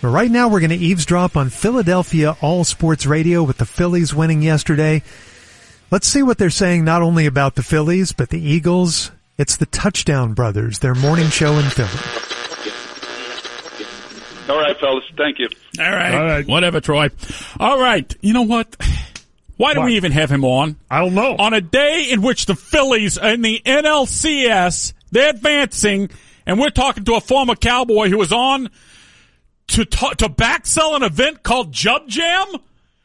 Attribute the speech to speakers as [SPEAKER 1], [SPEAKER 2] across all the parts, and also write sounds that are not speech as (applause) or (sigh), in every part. [SPEAKER 1] But right now we're going to eavesdrop on Philadelphia All Sports Radio with the Phillies winning yesterday. Let's see what they're saying not only about the Phillies, but the Eagles. It's the Touchdown Brothers, their morning show in Philly.
[SPEAKER 2] All right, fellas. Thank you.
[SPEAKER 3] All right.
[SPEAKER 4] All right.
[SPEAKER 3] Whatever, Troy. All right. You know what? (sighs) Why do
[SPEAKER 4] What? Oh.
[SPEAKER 3] we even have him on?
[SPEAKER 4] I don't know.
[SPEAKER 3] On a day in which the Phillies are in the NLCS, they're advancing, and we're talking to a former Cowboy who was on to ta- to back sell an event called Jub Jam.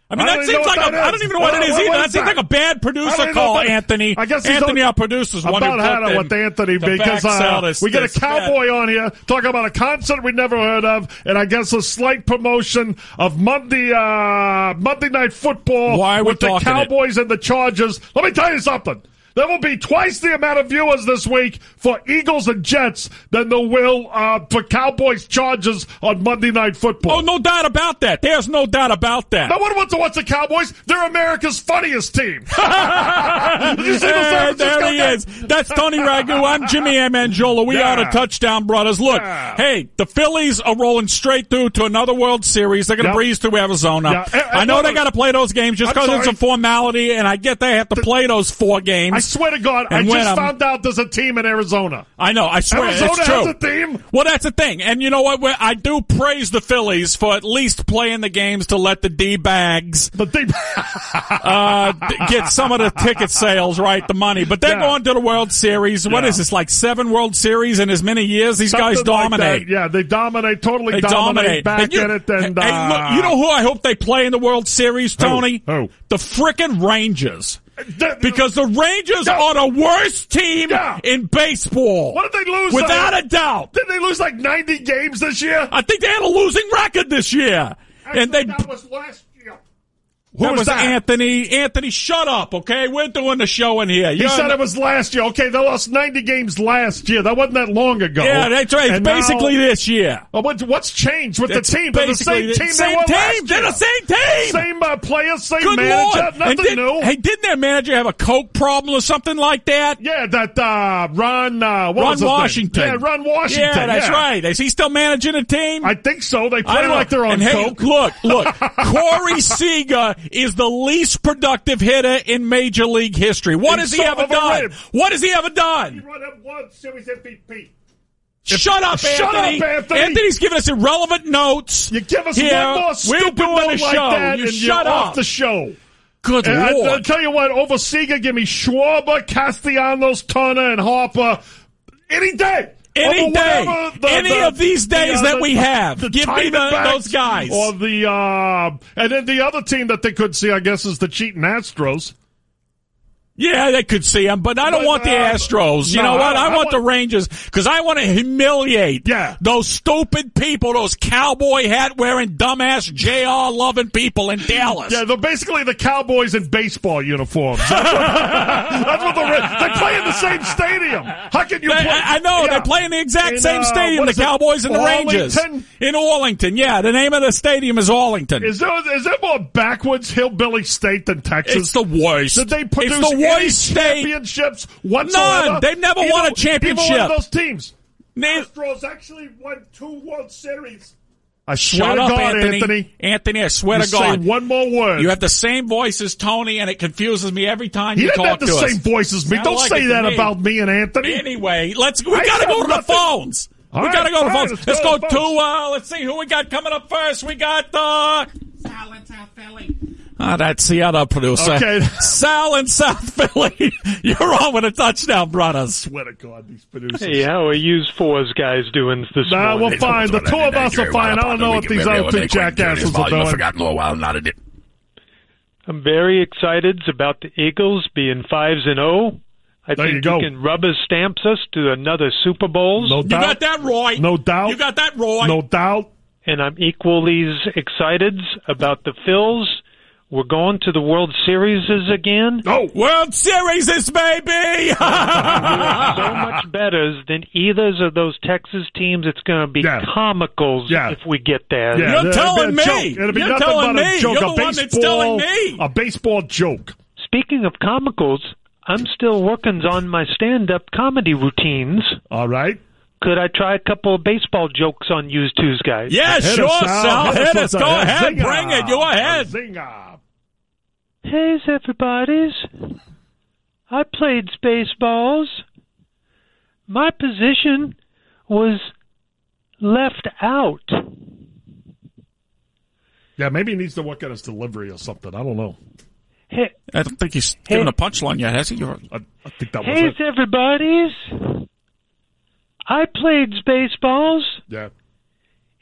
[SPEAKER 3] I mean,
[SPEAKER 4] I
[SPEAKER 3] that
[SPEAKER 4] don't even
[SPEAKER 3] seems
[SPEAKER 4] know
[SPEAKER 3] like
[SPEAKER 4] what
[SPEAKER 3] a,
[SPEAKER 4] that
[SPEAKER 3] I don't
[SPEAKER 4] is.
[SPEAKER 3] even know what,
[SPEAKER 4] What-
[SPEAKER 3] it is
[SPEAKER 4] what-
[SPEAKER 3] either.
[SPEAKER 4] what
[SPEAKER 3] That
[SPEAKER 4] is
[SPEAKER 3] seems
[SPEAKER 4] that?
[SPEAKER 3] like a bad
[SPEAKER 4] I don't
[SPEAKER 3] producer
[SPEAKER 4] even know
[SPEAKER 3] call,
[SPEAKER 4] what that-
[SPEAKER 3] Anthony.
[SPEAKER 4] I guess he's
[SPEAKER 3] Anthony,
[SPEAKER 4] on-
[SPEAKER 3] our producer, is one who
[SPEAKER 4] about had
[SPEAKER 3] booked
[SPEAKER 4] it
[SPEAKER 3] him
[SPEAKER 4] with Anthony
[SPEAKER 3] to
[SPEAKER 4] because
[SPEAKER 3] back sell
[SPEAKER 4] uh,
[SPEAKER 3] this-
[SPEAKER 4] we get a
[SPEAKER 3] this
[SPEAKER 4] cowboy on here talking about a concert we never heard of, and I guess a slight promotion of Monday uh, Monday Night Football
[SPEAKER 3] Why are we
[SPEAKER 4] with the
[SPEAKER 3] talking it?
[SPEAKER 4] Cowboys and the Chargers. Let me tell you something. There will be twice the amount of viewers this week for Eagles and Jets than there will uh, for Cowboys Chargers on Monday Night Football.
[SPEAKER 3] Oh, no doubt about that. There's no doubt about that.
[SPEAKER 4] No one wants to watch the Cowboys. They're America's funniest team. (laughs) Did you
[SPEAKER 3] Hey, (laughs)
[SPEAKER 4] see the San
[SPEAKER 3] there
[SPEAKER 4] Francisco
[SPEAKER 3] he
[SPEAKER 4] guy?
[SPEAKER 3] is. That's Tony Ragu. I'm Jimmy Amangiola. We
[SPEAKER 4] Yeah.
[SPEAKER 3] are the Touchdown Brothers. Look,
[SPEAKER 4] Yeah.
[SPEAKER 3] hey, the Phillies are rolling straight through to another World Series. They're going to
[SPEAKER 4] Yep.
[SPEAKER 3] breeze through Arizona.
[SPEAKER 4] Yeah. And- and
[SPEAKER 3] I know
[SPEAKER 4] look-
[SPEAKER 3] they got to play those games just
[SPEAKER 4] I'm
[SPEAKER 3] because it's a
[SPEAKER 4] sorry.
[SPEAKER 3] formality, and I get they have to play those four games.
[SPEAKER 4] I swear to God, I
[SPEAKER 3] And
[SPEAKER 4] just
[SPEAKER 3] when I'm-
[SPEAKER 4] found out there's a team in Arizona.
[SPEAKER 3] I know. I swear,
[SPEAKER 4] Arizona
[SPEAKER 3] it's true.
[SPEAKER 4] has a theme.
[SPEAKER 3] Well, that's the thing, and you know what? Well, I do praise the Phillies for at least playing the games to let the d bags
[SPEAKER 4] But they, (laughs)
[SPEAKER 3] uh, d- get some of the ticket sales right, the money. But they're
[SPEAKER 4] Yeah.
[SPEAKER 3] going to the World Series. What
[SPEAKER 4] Yeah.
[SPEAKER 3] is this like seven World Series in as many years? These guys
[SPEAKER 4] something like that.
[SPEAKER 3] dominate.
[SPEAKER 4] yeah, they dominate. Totally
[SPEAKER 3] They dominate.
[SPEAKER 4] dominate. Back
[SPEAKER 3] And you-
[SPEAKER 4] at it. And
[SPEAKER 3] hey,
[SPEAKER 4] uh,
[SPEAKER 3] look, you know who I hope they play in the World Series, Tony?
[SPEAKER 4] Who?
[SPEAKER 3] The frickin' Rangers.
[SPEAKER 4] th-
[SPEAKER 3] Because the Rangers
[SPEAKER 4] Yeah.
[SPEAKER 3] are the worst team
[SPEAKER 4] Yeah.
[SPEAKER 3] in baseball.
[SPEAKER 4] What did they lose?
[SPEAKER 3] Without
[SPEAKER 4] uh,
[SPEAKER 3] a doubt.
[SPEAKER 4] Didn't they lose like 90 games this year?
[SPEAKER 3] I think they had a losing record this year. and they
[SPEAKER 4] that was last year.
[SPEAKER 3] who
[SPEAKER 4] that
[SPEAKER 3] was
[SPEAKER 4] was that.
[SPEAKER 3] Anthony? Anthony, shut up, okay? We're doing the show in here.
[SPEAKER 4] He
[SPEAKER 3] You're
[SPEAKER 4] said it was last year. Okay, they lost 90 games last year. That wasn't that long ago.
[SPEAKER 3] Yeah, that's right. It's
[SPEAKER 4] And now-
[SPEAKER 3] basically this year.
[SPEAKER 4] Uh, What's, what's changed with
[SPEAKER 3] It's
[SPEAKER 4] the team? They're the same
[SPEAKER 3] basically
[SPEAKER 4] team
[SPEAKER 3] the same
[SPEAKER 4] they were
[SPEAKER 3] team.
[SPEAKER 4] last
[SPEAKER 3] They're
[SPEAKER 4] year.
[SPEAKER 3] the same team.
[SPEAKER 4] Same uh, player, same
[SPEAKER 3] Good
[SPEAKER 4] manager.
[SPEAKER 3] lord!
[SPEAKER 4] Nothing
[SPEAKER 3] and did,
[SPEAKER 4] new.
[SPEAKER 3] Hey, didn't their manager have a coke problem or something like that?
[SPEAKER 4] Yeah, that uh, Ron. Uh, what was
[SPEAKER 3] Ron
[SPEAKER 4] his name?
[SPEAKER 3] Washington.
[SPEAKER 4] Yeah, Ron Washington.
[SPEAKER 3] Yeah, that's
[SPEAKER 4] yeah.
[SPEAKER 3] right. Is he still managing the team?
[SPEAKER 4] I think so. They
[SPEAKER 3] I
[SPEAKER 4] play like they're on
[SPEAKER 3] and hey,
[SPEAKER 4] coke.
[SPEAKER 3] Look, look.
[SPEAKER 4] (laughs)
[SPEAKER 3] Corey Seager is the least productive hitter in Major League history. What
[SPEAKER 4] He's
[SPEAKER 3] has he
[SPEAKER 4] so
[SPEAKER 3] ever done?
[SPEAKER 4] overrated.
[SPEAKER 3] What has he ever done?
[SPEAKER 4] Run up one series MVP.
[SPEAKER 3] Shut up,
[SPEAKER 4] Shut
[SPEAKER 3] Anthony.
[SPEAKER 4] up, Anthony.
[SPEAKER 3] Anthony's giving us irrelevant notes.
[SPEAKER 4] You give us
[SPEAKER 3] here.
[SPEAKER 4] one more stupid
[SPEAKER 3] We're doing
[SPEAKER 4] note
[SPEAKER 3] a
[SPEAKER 4] like
[SPEAKER 3] show.
[SPEAKER 4] that,
[SPEAKER 3] you
[SPEAKER 4] and
[SPEAKER 3] shut
[SPEAKER 4] you're
[SPEAKER 3] up.
[SPEAKER 4] off the show.
[SPEAKER 3] Good
[SPEAKER 4] And uh, I,
[SPEAKER 3] lord.
[SPEAKER 4] I'll tell you what, over Seager, give me Schwarber, Castellanos, Turner, and Harper any day.
[SPEAKER 3] Any
[SPEAKER 4] Over
[SPEAKER 3] day.
[SPEAKER 4] whatever
[SPEAKER 3] Any of these days that we have. Give me the-
[SPEAKER 4] Diamondbacks
[SPEAKER 3] those guys.
[SPEAKER 4] Or the, uh, and then the other team that they could see, I guess, is the cheating Astros.
[SPEAKER 3] Yeah, they could see him, but I don't
[SPEAKER 4] But,
[SPEAKER 3] want the
[SPEAKER 4] uh,
[SPEAKER 3] Astros. You
[SPEAKER 4] no,
[SPEAKER 3] know what?
[SPEAKER 4] I-
[SPEAKER 3] I,
[SPEAKER 4] I
[SPEAKER 3] want
[SPEAKER 4] want-
[SPEAKER 3] the Rangers because I want to humiliate
[SPEAKER 4] Yeah.
[SPEAKER 3] those stupid people, those cowboy hat wearing dumbass JR loving people in Dallas.
[SPEAKER 4] Yeah, they're basically the Cowboys in baseball uniforms. That's what, (laughs) that's what they're, they play in the same stadium. How can you
[SPEAKER 3] They-
[SPEAKER 4] play?
[SPEAKER 3] I, I know
[SPEAKER 4] Yeah.
[SPEAKER 3] they play in the exact
[SPEAKER 4] In,
[SPEAKER 3] same
[SPEAKER 4] uh,
[SPEAKER 3] stadium,
[SPEAKER 4] what
[SPEAKER 3] the
[SPEAKER 4] is it,
[SPEAKER 3] Cowboys and the Rangers
[SPEAKER 4] Arlington?
[SPEAKER 3] in Arlington. Yeah, the name of the stadium is Arlington.
[SPEAKER 4] Is there is there more backwards hillbilly state than Texas?
[SPEAKER 3] it's the worst.
[SPEAKER 4] Did they produce
[SPEAKER 3] it's the
[SPEAKER 4] any
[SPEAKER 3] worst state.
[SPEAKER 4] championships whatsoever?
[SPEAKER 3] None. They've never
[SPEAKER 4] Either-
[SPEAKER 3] won a championship.
[SPEAKER 4] Either one of those teams.
[SPEAKER 3] Ne-
[SPEAKER 4] Astros actually won two World Series. I swear
[SPEAKER 3] Shut
[SPEAKER 4] to
[SPEAKER 3] up,
[SPEAKER 4] God,
[SPEAKER 3] Anthony.
[SPEAKER 4] Anthony.
[SPEAKER 3] Anthony, I swear
[SPEAKER 4] you
[SPEAKER 3] to God.
[SPEAKER 4] say one more word.
[SPEAKER 3] You have the same voice as Tony, and it confuses me every time
[SPEAKER 4] he
[SPEAKER 3] you
[SPEAKER 4] didn't
[SPEAKER 3] talk
[SPEAKER 4] have the
[SPEAKER 3] to
[SPEAKER 4] same
[SPEAKER 3] us.
[SPEAKER 4] voice as me.
[SPEAKER 3] Sound
[SPEAKER 4] Don't
[SPEAKER 3] like it
[SPEAKER 4] say
[SPEAKER 3] to
[SPEAKER 4] that
[SPEAKER 3] me.
[SPEAKER 4] about me and Anthony.
[SPEAKER 3] Anyway, let's. We
[SPEAKER 4] I
[SPEAKER 3] gotta
[SPEAKER 4] said
[SPEAKER 3] go to the
[SPEAKER 4] nothing.
[SPEAKER 3] phones.
[SPEAKER 4] All
[SPEAKER 3] we
[SPEAKER 4] right,
[SPEAKER 3] gotta go to the
[SPEAKER 4] all
[SPEAKER 3] phones.
[SPEAKER 4] right, let's
[SPEAKER 3] let's
[SPEAKER 4] go
[SPEAKER 3] go,
[SPEAKER 4] to the
[SPEAKER 3] to.
[SPEAKER 4] phones.
[SPEAKER 3] Uh, let's see who we got coming up first. We got. Uh,
[SPEAKER 5] Silent Town Philly.
[SPEAKER 3] Ah, that's the other producer.
[SPEAKER 4] Okay.
[SPEAKER 3] (laughs) Sal in South (laughs) Philly. You're on with a touchdown, brothers.
[SPEAKER 4] swear to God, these producers.
[SPEAKER 6] Hey, how are you fours guys doing this
[SPEAKER 4] Nah,
[SPEAKER 6] morning?
[SPEAKER 4] we're fine. The two of us are fine. I don't know what these other two jackasses are doing.
[SPEAKER 6] I'm very excited about the Eagles being fives and zero. I
[SPEAKER 4] There you
[SPEAKER 6] think
[SPEAKER 4] go.
[SPEAKER 6] can rubber stamps us to another Super Bowls,
[SPEAKER 4] No
[SPEAKER 3] You got
[SPEAKER 4] doubt.
[SPEAKER 3] that right.
[SPEAKER 4] No doubt.
[SPEAKER 3] You got that right.
[SPEAKER 4] No doubt.
[SPEAKER 6] and I'm equally as excited about the Phils. We're going to the World Series again.
[SPEAKER 4] No.
[SPEAKER 3] World Series is baby. (laughs)
[SPEAKER 6] so much better than either of those Texas teams. It's going to be
[SPEAKER 4] Yeah.
[SPEAKER 6] comicals
[SPEAKER 4] Yeah.
[SPEAKER 6] if we get there.
[SPEAKER 4] Yeah,
[SPEAKER 3] You're
[SPEAKER 4] it'd be a
[SPEAKER 3] telling me.
[SPEAKER 4] joke. It'd be
[SPEAKER 3] You're
[SPEAKER 4] nothing
[SPEAKER 3] telling
[SPEAKER 4] but
[SPEAKER 3] me.
[SPEAKER 4] a joke.
[SPEAKER 3] You're
[SPEAKER 4] a
[SPEAKER 3] the one
[SPEAKER 4] baseball,
[SPEAKER 3] that's telling me.
[SPEAKER 4] A baseball joke.
[SPEAKER 6] Speaking of comicals, I'm still working on my stand-up comedy routines.
[SPEAKER 4] All right.
[SPEAKER 6] Could I try a couple of baseball jokes on you two guys?
[SPEAKER 3] Yeah,
[SPEAKER 4] Hit
[SPEAKER 3] sure,
[SPEAKER 4] us,
[SPEAKER 3] Sal. Hit us.
[SPEAKER 4] with
[SPEAKER 3] Go
[SPEAKER 4] a
[SPEAKER 3] ahead.
[SPEAKER 4] zinger.
[SPEAKER 3] Bring it. You ahead.
[SPEAKER 4] Zinger.
[SPEAKER 6] Hey's everybody's. I played spaceballs. My position was left out.
[SPEAKER 4] Yeah, maybe he needs to work on his delivery or something. I don't know.
[SPEAKER 6] Hey,
[SPEAKER 3] I don't think he's
[SPEAKER 6] Hey.
[SPEAKER 3] given a punchline yet, has he? You're-
[SPEAKER 4] I, I think that was
[SPEAKER 6] hey's
[SPEAKER 4] it.
[SPEAKER 6] everybody's. I played spaceballs.
[SPEAKER 4] Yeah.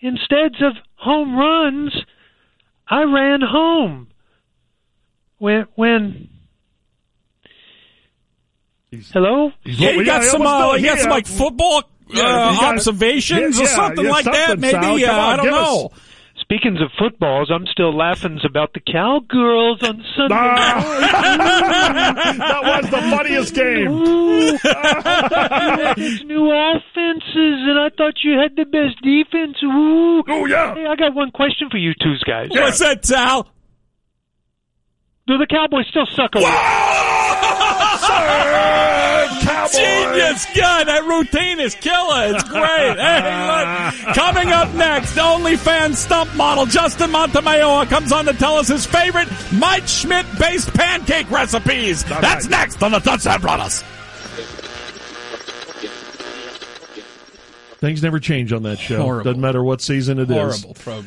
[SPEAKER 6] Instead of home runs, I ran home. When when
[SPEAKER 4] He's-
[SPEAKER 6] Hello?
[SPEAKER 3] Yeah, you got some, uh, you got some like football
[SPEAKER 4] Yeah,
[SPEAKER 3] uh,
[SPEAKER 4] you got-
[SPEAKER 3] observations
[SPEAKER 4] yeah,
[SPEAKER 3] or
[SPEAKER 4] yeah,
[SPEAKER 3] something
[SPEAKER 4] yeah,
[SPEAKER 3] like that.
[SPEAKER 4] something, Sal.
[SPEAKER 3] Maybe uh,
[SPEAKER 4] Come on,
[SPEAKER 3] I don't
[SPEAKER 4] give us-
[SPEAKER 3] know.
[SPEAKER 6] Speaking of footballs, I'm still laughing about the cowgirls on Sunday.
[SPEAKER 4] Ah. that was the funniest game.
[SPEAKER 6] Ooh, (laughs) you had these new offenses, and I thought you had the best defense. Ooh.
[SPEAKER 4] Oh yeah.
[SPEAKER 6] Hey, I got one question for you two guys.
[SPEAKER 3] What's that, Sal?
[SPEAKER 6] Do the Cowboys still suck? Away?
[SPEAKER 4] Ah. Cowboys.
[SPEAKER 3] Genius gun. That routine is killer. It's great. hey, look. Coming up next, the OnlyFans stump model Justin Montemayor comes on to tell us his favorite Mike Schmidt based pancake recipes. That's next on the Touchdown Brothers.
[SPEAKER 4] Things never change on that show.
[SPEAKER 2] Horrible.
[SPEAKER 4] Doesn't matter what season it is.
[SPEAKER 2] Horrible program.